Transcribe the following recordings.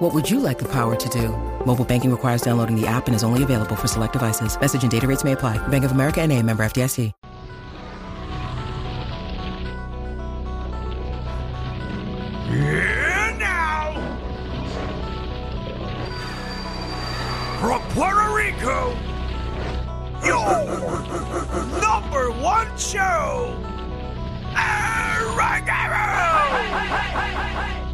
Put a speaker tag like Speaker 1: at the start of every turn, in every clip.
Speaker 1: What would you like the power to do? Mobile banking requires downloading the app and is only available for select devices. Message and data rates may apply. Bank of America and a member FDIC.
Speaker 2: And now, from Puerto Rico, your number one show,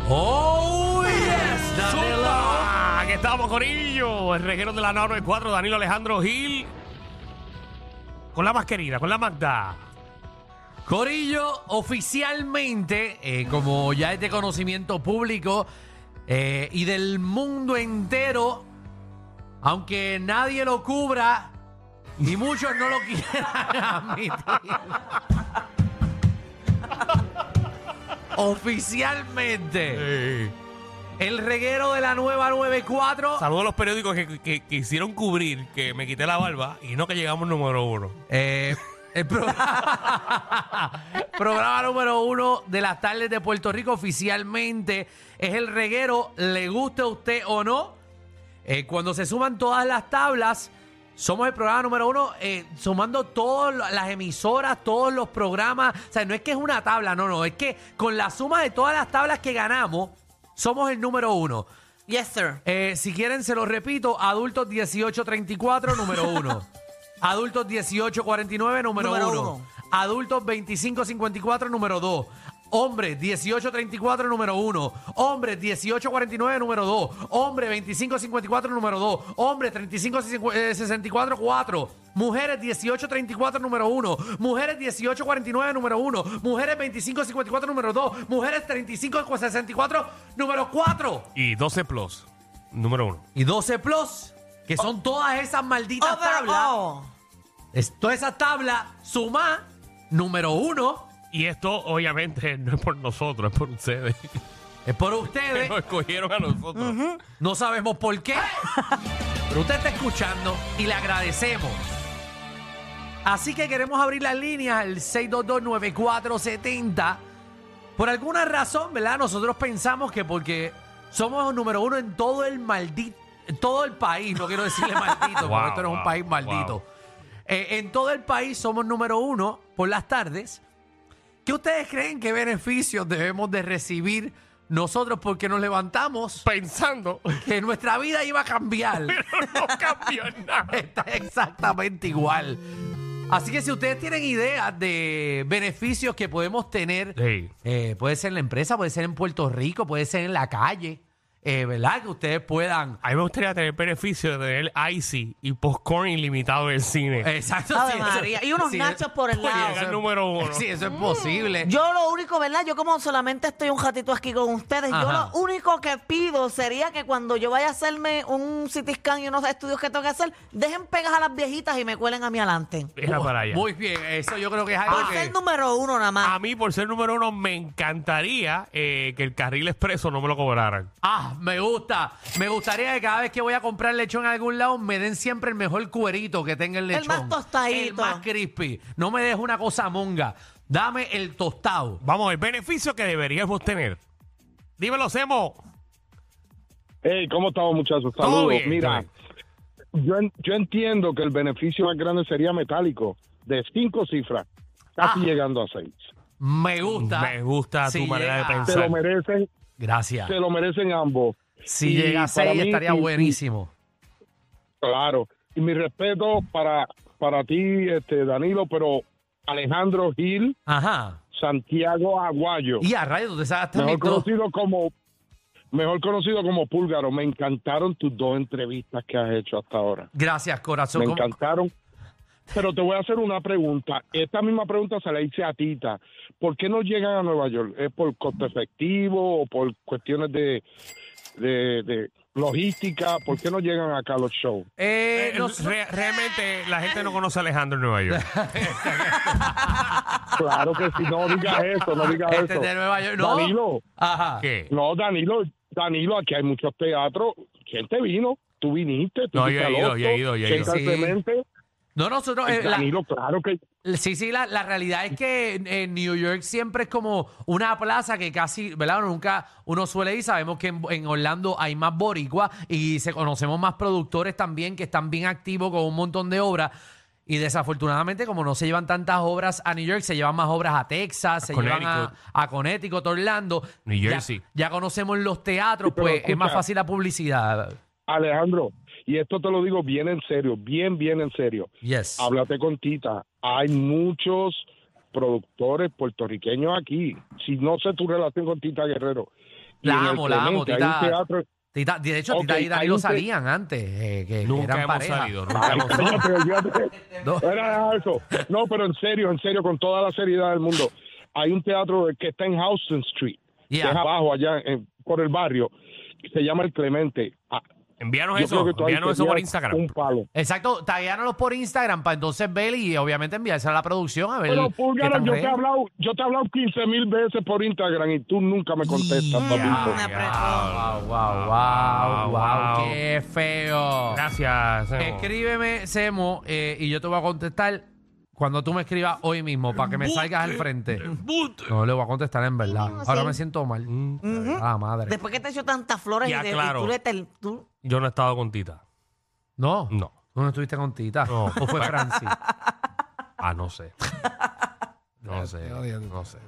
Speaker 3: ¡Oh, yes! Danilo.
Speaker 2: ¡Zumba! Aquí estamos, Corillo, el reguero de la 994, Danilo Alejandro Gil, con la más querida, con la Magda.
Speaker 3: Corillo, oficialmente, eh, como ya es de conocimiento público eh, y del mundo entero, aunque nadie lo cubra y muchos no lo quieran admitir. oficialmente, el reguero de la nueva 94
Speaker 2: Saludos a los periódicos que, que- que hicieron cubrir que me quité la barba y no que llegamos número uno.
Speaker 3: Eh, el pro- programa número uno de las tardes de Puerto Rico oficialmente es el reguero, le guste a usted o no. Eh, cuando se suman todas las tablas, somos el programa número uno, eh, sumando todas lo- las emisoras, todos los programas. O sea, no es que es una tabla, no, no, es que con la suma de todas las tablas que ganamos, somos el número uno.
Speaker 4: Yes, sir.
Speaker 3: Eh, si quieren, se lo repito, adultos 18-34, número uno. adultos 18-49, número,
Speaker 4: Número
Speaker 3: uno.
Speaker 4: uno.
Speaker 3: Adultos 25-54, número dos. Hombres 18-34, número uno. Hombres 18-49, número dos. Hombres 25-54, número dos. Hombres 35-64, eh, cuatro. Mujeres 18-34, número uno. Mujeres 18-49, número uno. Mujeres 25-54, número dos. Mujeres 35-64, número cuatro
Speaker 2: Y 12 plus, número uno.
Speaker 3: y 12 plus, que son todas esas malditas tablas.
Speaker 4: Overall.
Speaker 3: Es- Todas esas tablas, suma número uno,
Speaker 2: Y esto, obviamente, no es por nosotros, es por ustedes.
Speaker 3: es por
Speaker 2: Que
Speaker 3: ustedes.
Speaker 2: nos escogieron a nosotros.
Speaker 3: No sabemos por qué, pero usted está escuchando y le agradecemos. Así que queremos abrir las líneas al 6229470. Por alguna razón, ¿verdad? Nosotros pensamos que porque somos número uno en todo el maldito, todo el país, no quiero decirle maldito, porque
Speaker 2: Wow,
Speaker 3: esto no es
Speaker 2: wow,
Speaker 3: un país maldito.
Speaker 2: wow.
Speaker 3: Eh, en todo el país somos número uno por las tardes. ¿Qué ustedes creen que beneficios debemos de recibir nosotros porque nos levantamos?
Speaker 2: Pensando,
Speaker 3: que nuestra vida iba a cambiar.
Speaker 2: pero no cambió en nada.
Speaker 3: Está exactamente igual. Así que si ustedes tienen ideas de beneficios que podemos tener,
Speaker 2: Sí.
Speaker 3: eh, puede ser en la empresa, puede ser en Puerto Rico, puede ser en la calle, eh, ¿verdad? Que ustedes puedan...
Speaker 2: A mí me gustaría tener beneficio de tener Icy y popcorn ilimitado en el cine.
Speaker 3: Exacto.
Speaker 4: Ave
Speaker 3: sí, eh,
Speaker 4: María, y unos nachos por el
Speaker 3: Oye,
Speaker 4: lado.
Speaker 3: eso es-
Speaker 2: Número uno.
Speaker 3: Sí, eso es posible.
Speaker 4: Yo lo único, ¿verdad? Yo como solamente estoy un ratito aquí con ustedes, yo
Speaker 3: Ajá.
Speaker 4: lo único que pido sería que cuando yo vaya a hacerme un CT scan y unos estudios que tengo que hacer, dejen pegas a las viejitas y me cuelen a mí adelante.
Speaker 2: Deja para allá.
Speaker 3: Muy bien, eso yo creo que es algo
Speaker 4: Por
Speaker 3: que...
Speaker 4: ser número uno nada
Speaker 3: Ah.
Speaker 4: más.
Speaker 2: A mí, por ser número uno, me encantaría eh, que el carril expreso no me lo cobraran.
Speaker 3: Ah, me gusta. Me gustaría que cada vez que voy a comprar lechón a algún lado me den siempre el mejor cuerito que tenga el
Speaker 4: El
Speaker 3: lechón.
Speaker 4: más tostadito.
Speaker 3: El más crispy. No me dejes una cosa monga. Dame el tostado.
Speaker 2: Vamos, el beneficio que deberíamos tener. Dímelo, Semo.
Speaker 5: Hey, ¿cómo estamos, muchachos?
Speaker 2: Todo
Speaker 5: Saludos.
Speaker 2: bien,
Speaker 5: Mira, yo, en- yo entiendo que el beneficio más grande sería metálico, de cinco cifras, casi
Speaker 3: Ah.
Speaker 5: llegando a seis.
Speaker 3: Me gusta. ah.
Speaker 2: Me gusta tu manera de
Speaker 5: Se
Speaker 2: pensar.
Speaker 5: lo merecen,
Speaker 3: Gracias.
Speaker 5: se lo merecen ambos.
Speaker 3: Si
Speaker 5: y
Speaker 3: llega a
Speaker 5: para
Speaker 3: seis,
Speaker 5: mí,
Speaker 3: estaría
Speaker 5: y- y-
Speaker 3: buenísimo.
Speaker 5: Claro. Y mi respeto para, para ti, este, Danilo, pero Alejandro Gil,
Speaker 3: Ajá.
Speaker 5: Santiago Aguayo,
Speaker 3: Y a rayos, tú te sacaste
Speaker 5: mejor
Speaker 3: mis dos.
Speaker 5: conocido como mejor conocido como Púlgaro. Me encantaron tus dos entrevistas que has hecho hasta ahora.
Speaker 3: Gracias, corazón.
Speaker 5: Me
Speaker 3: ¿Cómo-
Speaker 5: encantaron. Pero te voy a hacer una pregunta. Esta misma pregunta se la hice a Tita. ¿Por qué no llegan a Nueva York? ¿Es por costo efectivo o por cuestiones de, de, de, logística, ¿por qué no llegan acá los shows?
Speaker 3: Eh,
Speaker 2: Eh,
Speaker 3: nos-
Speaker 2: re- realmente la gente no conoce a Alejandro en Nueva York.
Speaker 5: Claro que sí, no digas eso, no digas
Speaker 3: Este
Speaker 5: eso.
Speaker 3: de Nueva York, no.
Speaker 5: Danilo,
Speaker 3: Ajá.
Speaker 2: ¿Qué?
Speaker 5: no, Danilo, Danilo, aquí hay muchos teatros, gente vino, tú viniste, tú
Speaker 2: No, yo
Speaker 5: fuiste
Speaker 2: he
Speaker 5: al
Speaker 2: ido,
Speaker 5: Otto,
Speaker 2: yo he ido, yo he
Speaker 5: Chente
Speaker 3: ido. Sí.
Speaker 5: Clemente,
Speaker 3: No, nosotros. eh, la-
Speaker 5: Danilo, claro que
Speaker 3: Sí, sí, la, la realidad es que en, en New York siempre es como una plaza que casi, ¿verdad? Nunca uno suele ir. Sabemos que en, en Orlando hay más boricuas y se conocemos más productores también que están bien activos con un montón de obras. Y desafortunadamente, como no se llevan tantas obras a New York, se llevan más obras a Texas, se llevan a,
Speaker 2: Connecticut.
Speaker 3: a Connecticut, Orlando.
Speaker 2: New
Speaker 3: Ya-
Speaker 2: Jersey.
Speaker 3: Ya, conocemos los teatros,
Speaker 5: Sí, pero
Speaker 3: pues es
Speaker 5: escucha.
Speaker 3: más fácil la publicidad.
Speaker 5: Alejandro, y esto te lo digo bien en serio, bien, bien en serio.
Speaker 3: Yes.
Speaker 5: Háblate con Tita. Hay muchos productores puertorriqueños aquí. Si no sé tu relación con Tita Guerrero. Y
Speaker 3: La
Speaker 5: en el
Speaker 3: amo, la amo,
Speaker 5: Clemente hay un
Speaker 3: Tita.
Speaker 5: teatro-
Speaker 3: Tita- de hecho,
Speaker 5: Ok,
Speaker 3: Tita y Danilo
Speaker 5: ahí usted-
Speaker 3: salían antes, eh, que, que
Speaker 2: Nunca
Speaker 3: eran
Speaker 2: hemos
Speaker 3: pareja.
Speaker 2: salido, nunca
Speaker 5: Ay, cállate, olvídate.
Speaker 3: No.
Speaker 5: Era eso. No, pero en serio, en serio, con toda la seriedad del mundo. Hay un teatro que está en Houston Street,
Speaker 3: Yeah.
Speaker 5: que es abajo, allá en- por el barrio. Se llama El Clemente. Ah,
Speaker 2: Envíanos
Speaker 5: yo
Speaker 2: eso,
Speaker 5: creo que tú ahí
Speaker 2: envíanos eso por
Speaker 5: tenías Un
Speaker 2: Instagram.
Speaker 5: palo.
Speaker 3: Exacto, taguéanos por Instagram para entonces ver y obviamente enviársela a la producción a ver.
Speaker 5: Pero
Speaker 3: qué
Speaker 5: Pulgaro,
Speaker 3: tan
Speaker 5: yo te he
Speaker 3: real.
Speaker 5: hablado, yo te he hablado 15 mil veces por Instagram y tú nunca me contestas,
Speaker 3: Ya,
Speaker 5: papito.
Speaker 4: Mm, Me apretó.
Speaker 3: Wow, wow, wow, wow, qué feo.
Speaker 2: Gracias. Semo.
Speaker 3: Escríbeme, Semo, eh, y yo te voy a contestar cuando tú me escribas hoy mismo para que me salgas al frente.
Speaker 2: Embuste.
Speaker 3: No le voy a contestar en verdad.
Speaker 4: No,
Speaker 3: Ahora
Speaker 4: sí.
Speaker 3: me siento mal.
Speaker 2: Mm.
Speaker 3: Ah, madre.
Speaker 4: Después que te echó tantas flores
Speaker 2: Ya,
Speaker 4: y, de- y
Speaker 2: claro.
Speaker 4: tú le tel- tú-
Speaker 2: Yo no he estado con Tita.
Speaker 3: No,
Speaker 2: No.
Speaker 3: tú no estuviste con Tita.
Speaker 2: No.
Speaker 3: O fue Francis.
Speaker 2: Ah, no sé. No sé. No sé.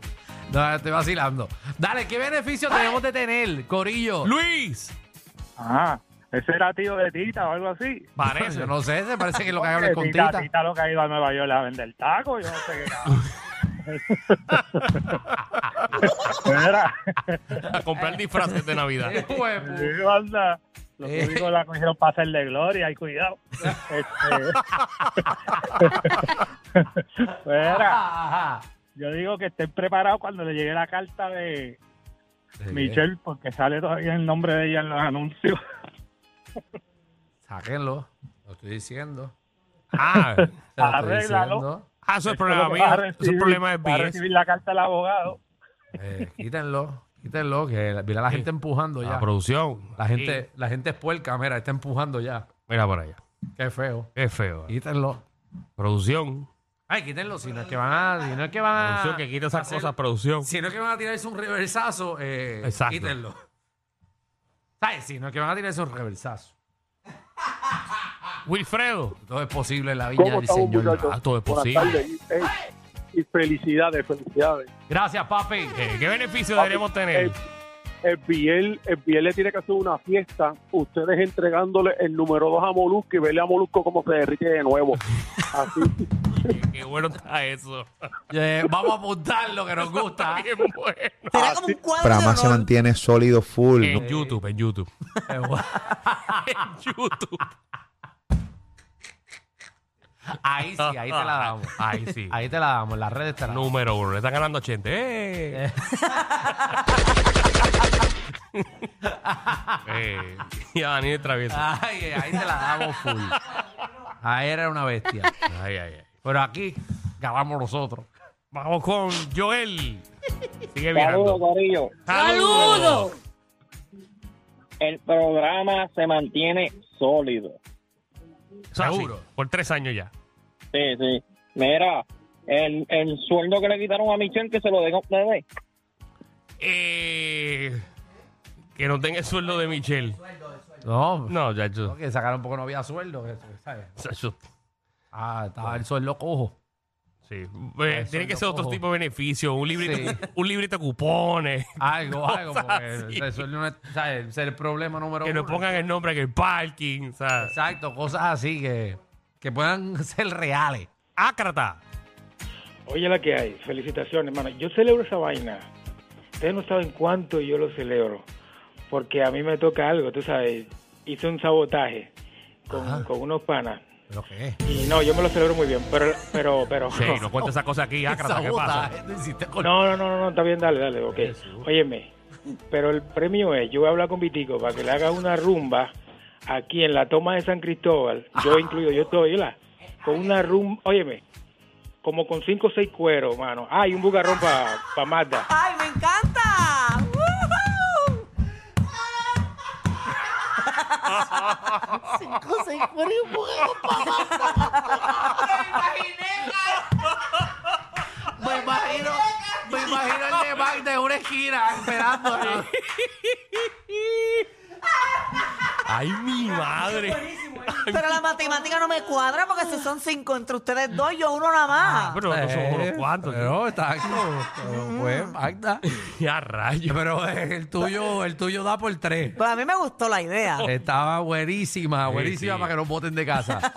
Speaker 3: No, estoy vacilando. Dale, ¿qué beneficio tenemos de tener, Corillo?
Speaker 2: Luis.
Speaker 6: Ajá. Ah, Ese era tío de Tita o algo así.
Speaker 2: Parece.
Speaker 3: Yo no sé, se parece que lo que
Speaker 6: Eh,
Speaker 3: hablas con
Speaker 6: tita,
Speaker 3: Tita.
Speaker 6: Tita lo que ha ido a Nueva York a vender tacos, yo no sé qué. carajo. Mira,
Speaker 2: A comprar disfraces de Navidad.
Speaker 3: Eh, pues, pu-
Speaker 6: sí, banda, los
Speaker 3: Eh.
Speaker 6: públicos la cogieron para hacer de gloria, y cuidado. Este, Mira,
Speaker 3: Ajá, ajá.
Speaker 6: yo digo que estén preparados cuando le llegue la carta de Michelle, porque sale todavía el nombre de ella en los anuncios.
Speaker 3: Sáquenlo. Lo estoy diciendo.
Speaker 2: Ah,
Speaker 3: Se lo estoy
Speaker 6: Arréglalo.
Speaker 3: diciendo.
Speaker 2: ah, eso es
Speaker 6: Lo que
Speaker 2: problema
Speaker 6: va a
Speaker 2: mío. Eso es
Speaker 6: recibir-
Speaker 2: problema de
Speaker 6: va a
Speaker 2: BS.
Speaker 6: recibir la carta del abogado.
Speaker 3: Eh, quítenlo, quítenlo, que la- mira la gente empujando
Speaker 2: La
Speaker 3: ya.
Speaker 2: producción.
Speaker 3: La gente, la gente es puerca, mira, está empujando ya.
Speaker 2: Mira para allá.
Speaker 3: Qué feo.
Speaker 2: Qué feo. eh.
Speaker 3: Quítenlo.
Speaker 2: Producción.
Speaker 3: Ay, quítenlo, si no es que van a, si no es que van a,
Speaker 2: Producción que quita esas
Speaker 3: hacer-
Speaker 2: cosas, producción.
Speaker 3: si no es que van a tirarse un reversazo, eh,
Speaker 2: Exacto.
Speaker 3: quítenlo. Ay, si no es que van a tirarse un reversazo.
Speaker 2: Wilfredo.
Speaker 3: Todo es posible en la viña
Speaker 7: ¿Cómo
Speaker 3: del
Speaker 7: estamos,
Speaker 3: Señor.
Speaker 7: muchachos?
Speaker 2: Ah, todo es
Speaker 7: Buenas
Speaker 2: posible.
Speaker 7: tardes. Y, eh, y felicidades, felicidades.
Speaker 3: Gracias, papi.
Speaker 2: Eh, ¿Qué beneficio deberíamos tener?
Speaker 7: El, el Biel, el Biel le tiene que hacer una fiesta. Ustedes entregándole el número 2 a Molusco y verle a Molusco cómo se derrite de nuevo. Así,
Speaker 2: Qué bueno está eso.
Speaker 3: Eh, vamos a apuntar lo que nos gusta.
Speaker 2: Bien bueno.
Speaker 4: Será como un cuadro
Speaker 8: Prama
Speaker 4: de
Speaker 8: se
Speaker 4: honor.
Speaker 8: mantiene sólido full.
Speaker 2: En YouTube, Eh, en YouTube. En YouTube.
Speaker 3: ahí sí, ahí te la damos.
Speaker 2: Ahí sí.
Speaker 3: Ahí te la damos, en las redes te la damos.
Speaker 2: Número uno. Le están ganando 80. ¡Eh! eh. Y a Daniel Traviesa.
Speaker 3: Ay, eh, ahí te la damos full. Ahí era una bestia.
Speaker 2: Ay, ay, ay.
Speaker 3: Pero aquí ganamos nosotros.
Speaker 2: Vamos con Joel. Sigue
Speaker 9: Saludos,
Speaker 2: mirando.
Speaker 9: Corillo.
Speaker 2: ¡Saludos!
Speaker 9: El programa se mantiene sólido.
Speaker 2: Seguro. Por tres años ya.
Speaker 9: Sí, sí. Mira, el, el sueldo que le quitaron a Michelle, que se lo den a ustedes.
Speaker 2: Eh, que no tenga el sueldo de Michelle.
Speaker 3: No,
Speaker 2: No, ya yo.
Speaker 3: que sacaron porque no había sueldo. eso, ¿sabes?
Speaker 2: ya yo-
Speaker 3: Ah, estaba el sueldo cojo.
Speaker 2: Sí. Eh, tiene que
Speaker 3: sueldo
Speaker 2: ser otro
Speaker 3: cojo.
Speaker 2: tipo de beneficio. Un librito,
Speaker 3: Sí. Ah,
Speaker 2: un librito de cupones.
Speaker 3: Algo, algo.
Speaker 2: Cosas
Speaker 3: Porque
Speaker 2: así.
Speaker 3: el sueldo no es, ¿sabes? Ese es el problema número
Speaker 2: Que
Speaker 3: uno.
Speaker 2: nos pongan el nombre en el parking. ¿sabes?
Speaker 3: Exacto, cosas así que, que puedan ser reales.
Speaker 2: Ácrata.
Speaker 10: Oye, la que hay. Felicitaciones, hermano. Yo celebro esa vaina. Ustedes no saben cuánto yo lo celebro. Porque a mí me toca algo, tú sabes. Hice un sabotaje con, con unos panas.
Speaker 3: ¿Pero qué es?
Speaker 10: Y no, yo me lo celebro muy bien. Pero, pero, pero.
Speaker 2: Sí, no cuentes esa cosa aquí, Ácrata. ¿Qué pasa?
Speaker 3: Sabotaje, lo hiciste con-
Speaker 10: No, no, no, no, no, está bien, dale, dale, ok. Óyeme, Pero el premio es, yo voy a hablar con Vitico para que le haga una rumba aquí en la toma de San Cristóbal, yo incluido, yo estoy, ¿verdad? Con una rumba, óyeme, como con cinco o seis cueros, mano. Ah, y un bugarrón para pa Mazda.
Speaker 4: ¡Ay, me encanta! ¡Woohoo! Cinco, seis, cuatro y un huevo, papá.
Speaker 3: Me imagino, me imagino el de Magda en una esquina esperando.
Speaker 2: ¡Ay, mi madre!
Speaker 4: Pero la matemática no me cuadra porque si son cinco entre ustedes dos, yo uno nada
Speaker 3: Ah,
Speaker 4: más.
Speaker 2: Bueno, nosotros somos unos cuantos.
Speaker 3: No, Eh, exacto. Pero, Pues, Magda.
Speaker 2: Ya rayo.
Speaker 3: Pero eh, el tuyo, el tuyo da por tres.
Speaker 4: Pero Pues a mí me gustó la idea.
Speaker 3: Oh. Estaba buenísima,
Speaker 2: Sí,
Speaker 3: buenísima
Speaker 2: sí.
Speaker 3: para que nos voten de casa.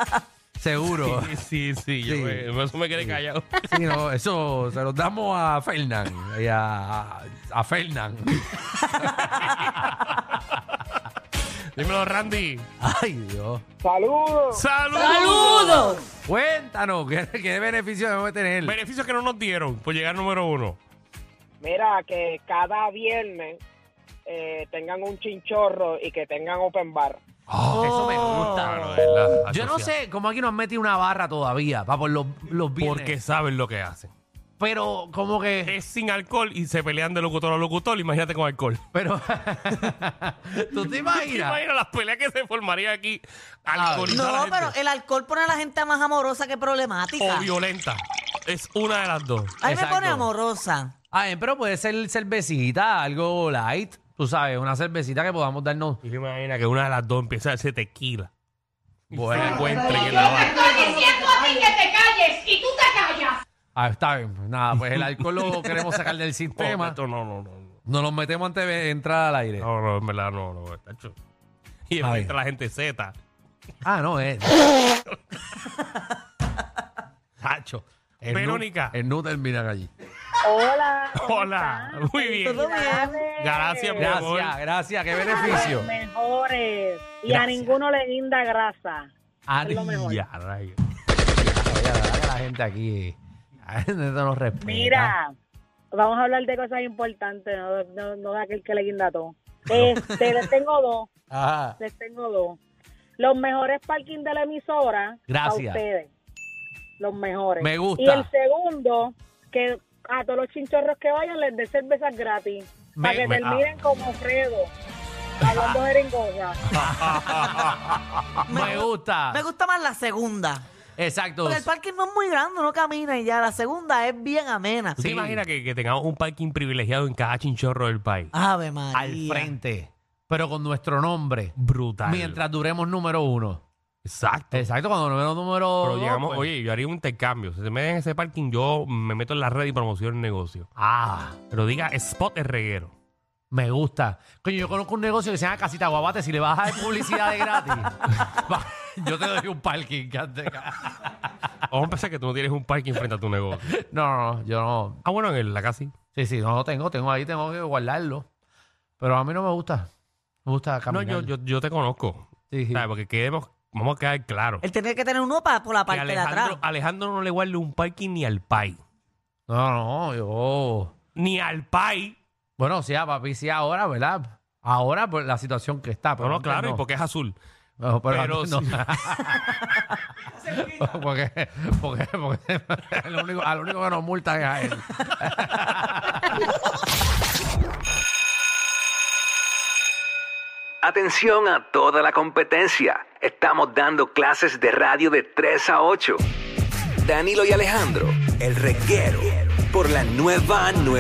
Speaker 3: Seguro.
Speaker 2: Sí, sí, sí, yo
Speaker 3: Sí.
Speaker 2: me- eso me quedé callado.
Speaker 3: Sí, no, eso se los damos a Fernán y a, a Fernán.
Speaker 2: Dímelo, Randy.
Speaker 3: Ay, Dios.
Speaker 7: Saludos.
Speaker 2: ¡Saludos!
Speaker 3: Cuéntanos, ¿qué, qué beneficio debemos tener?
Speaker 2: Beneficios que no nos dieron por llegar número uno.
Speaker 9: Mira, que cada viernes eh, tengan un chinchorro y que tengan open bar.
Speaker 3: Oh, eso me gusta.
Speaker 2: Claro, de verdad,
Speaker 3: Yo no
Speaker 2: asociado.
Speaker 3: sé cómo aquí nos han metido una barra todavía para por los, los viernes.
Speaker 2: Porque saben lo que hacen.
Speaker 3: Pero como que...
Speaker 2: Es sin alcohol y se pelean de locutor a locutor. Imagínate con alcohol.
Speaker 3: Pero... ¿Tú te
Speaker 2: ¿Te
Speaker 3: imaginas?
Speaker 2: imaginas las peleas que se formarían aquí? Alcoholizar
Speaker 4: No,
Speaker 2: a la
Speaker 4: pero
Speaker 2: gente.
Speaker 4: el alcohol pone a la gente más amorosa que problemática.
Speaker 2: O violenta. Es una de las dos.
Speaker 4: A mí me
Speaker 3: Exacto.
Speaker 4: pone amorosa.
Speaker 3: Ay, Ah, pero puede ser cervecita, algo light. Tú sabes, una cervecita que podamos darnos...
Speaker 2: Y te imaginas que una de las dos empieza a hacer tequila.
Speaker 3: Bueno.
Speaker 2: Se encuentren en la barra.
Speaker 8: estoy diciendo a ti que te calles y tú te callas.
Speaker 3: Ah, está bien. Nada, pues el alcohol lo queremos sacar del
Speaker 2: No,
Speaker 3: sistema.
Speaker 2: esto no, no, no. no.
Speaker 3: Nos lo metemos antes de entrar al aire.
Speaker 2: No, no, en verdad no, no, tacho. Y
Speaker 3: Ay.
Speaker 2: entra la gente Z.
Speaker 3: Ah, no, es. Tacho. El
Speaker 2: Verónica.
Speaker 3: Nu, el nu terminan allí.
Speaker 8: Hola.
Speaker 2: Hola, muy bien.
Speaker 4: Todo bien.
Speaker 2: Gracias, mi amor.
Speaker 3: Gracias, gracias. Qué beneficio.
Speaker 8: Mejores. Y
Speaker 3: Gracias.
Speaker 8: a ninguno le guinda grasa.
Speaker 3: Ay,
Speaker 8: lo mejor.
Speaker 2: Ya, rayo.
Speaker 3: ya, ya, ya, la gente aquí. La gente no nos respeta.
Speaker 8: Mira, vamos a hablar de cosas importantes, no, no, no de aquel que le guinda todo. Este, les tengo dos,
Speaker 3: Ajá.
Speaker 8: les tengo dos. este Los mejores parking de la emisora
Speaker 3: Gracias.
Speaker 8: a ustedes. Los mejores.
Speaker 3: Me gusta.
Speaker 8: Y el segundo, que a todos los chinchorros que vayan les dé cervezas gratis.
Speaker 3: Me-
Speaker 8: para que
Speaker 3: me- ah.
Speaker 8: terminen como Fredo, hablando jeringosa.
Speaker 3: Ah, Me gusta.
Speaker 4: Me gusta más la segunda.
Speaker 3: Exacto.
Speaker 4: Porque el parking no es muy grande, uno camina y ya. La segunda es bien amena.
Speaker 2: ¿Tú te imaginas que, que tengamos un parking privilegiado en cada chinchorro del país?
Speaker 4: Ave María.
Speaker 3: Al frente. Pero con nuestro nombre.
Speaker 2: Brutal.
Speaker 3: Mientras duremos número uno.
Speaker 2: Exacto.
Speaker 3: Exacto, cuando número número
Speaker 2: Pero
Speaker 3: dos,
Speaker 2: llegamos,
Speaker 3: pues-
Speaker 2: oye, yo haría un intercambio. Si se me dejan ese parking, yo me meto en la red y promociono el negocio.
Speaker 3: Ah,
Speaker 2: Pero diga Spot el reguero.
Speaker 3: me gusta. Coño, yo conozco un negocio que se llama Casita Guabate. Si le vas a dar publicidad de gratis, va, yo te doy un parking. Canteca.
Speaker 2: Vamos a pensar que tú no tienes un parking frente a tu negocio.
Speaker 3: No, no, no, yo no.
Speaker 2: Ah, bueno, en la casi.
Speaker 3: Sí, sí, no lo tengo. Tengo ahí, tengo que guardarlo. Pero a mí no me gusta. Me gusta
Speaker 2: No,
Speaker 3: caminar.
Speaker 2: yo, yo, yo te conozco.
Speaker 3: Sí, sí.
Speaker 2: ¿Sabes? Porque quedemos, vamos a quedar claros.
Speaker 4: Él tenía que tener uno para, por la
Speaker 2: Que
Speaker 4: parte de
Speaker 2: Alejandro,
Speaker 4: atrás.
Speaker 2: Alejandro no le guarde un parking ni al pai.
Speaker 3: No, no, yo...
Speaker 2: Ni al pai.
Speaker 3: Bueno, sí, a papi, sí, ahora, ¿verdad? Ahora, por la situación que está.
Speaker 2: No,
Speaker 3: Pero
Speaker 2: no,
Speaker 3: antes
Speaker 2: claro,
Speaker 3: no.
Speaker 2: y porque es azul.
Speaker 3: No, pero
Speaker 2: pero
Speaker 3: antes no.
Speaker 2: sí.
Speaker 3: porque, porque, porque el único, al único que nos multan es a él.
Speaker 11: Atención a toda la competencia. Estamos dando clases de radio de 3 a 8. Danilo y Alejandro, el reguero, por la nueva nueva.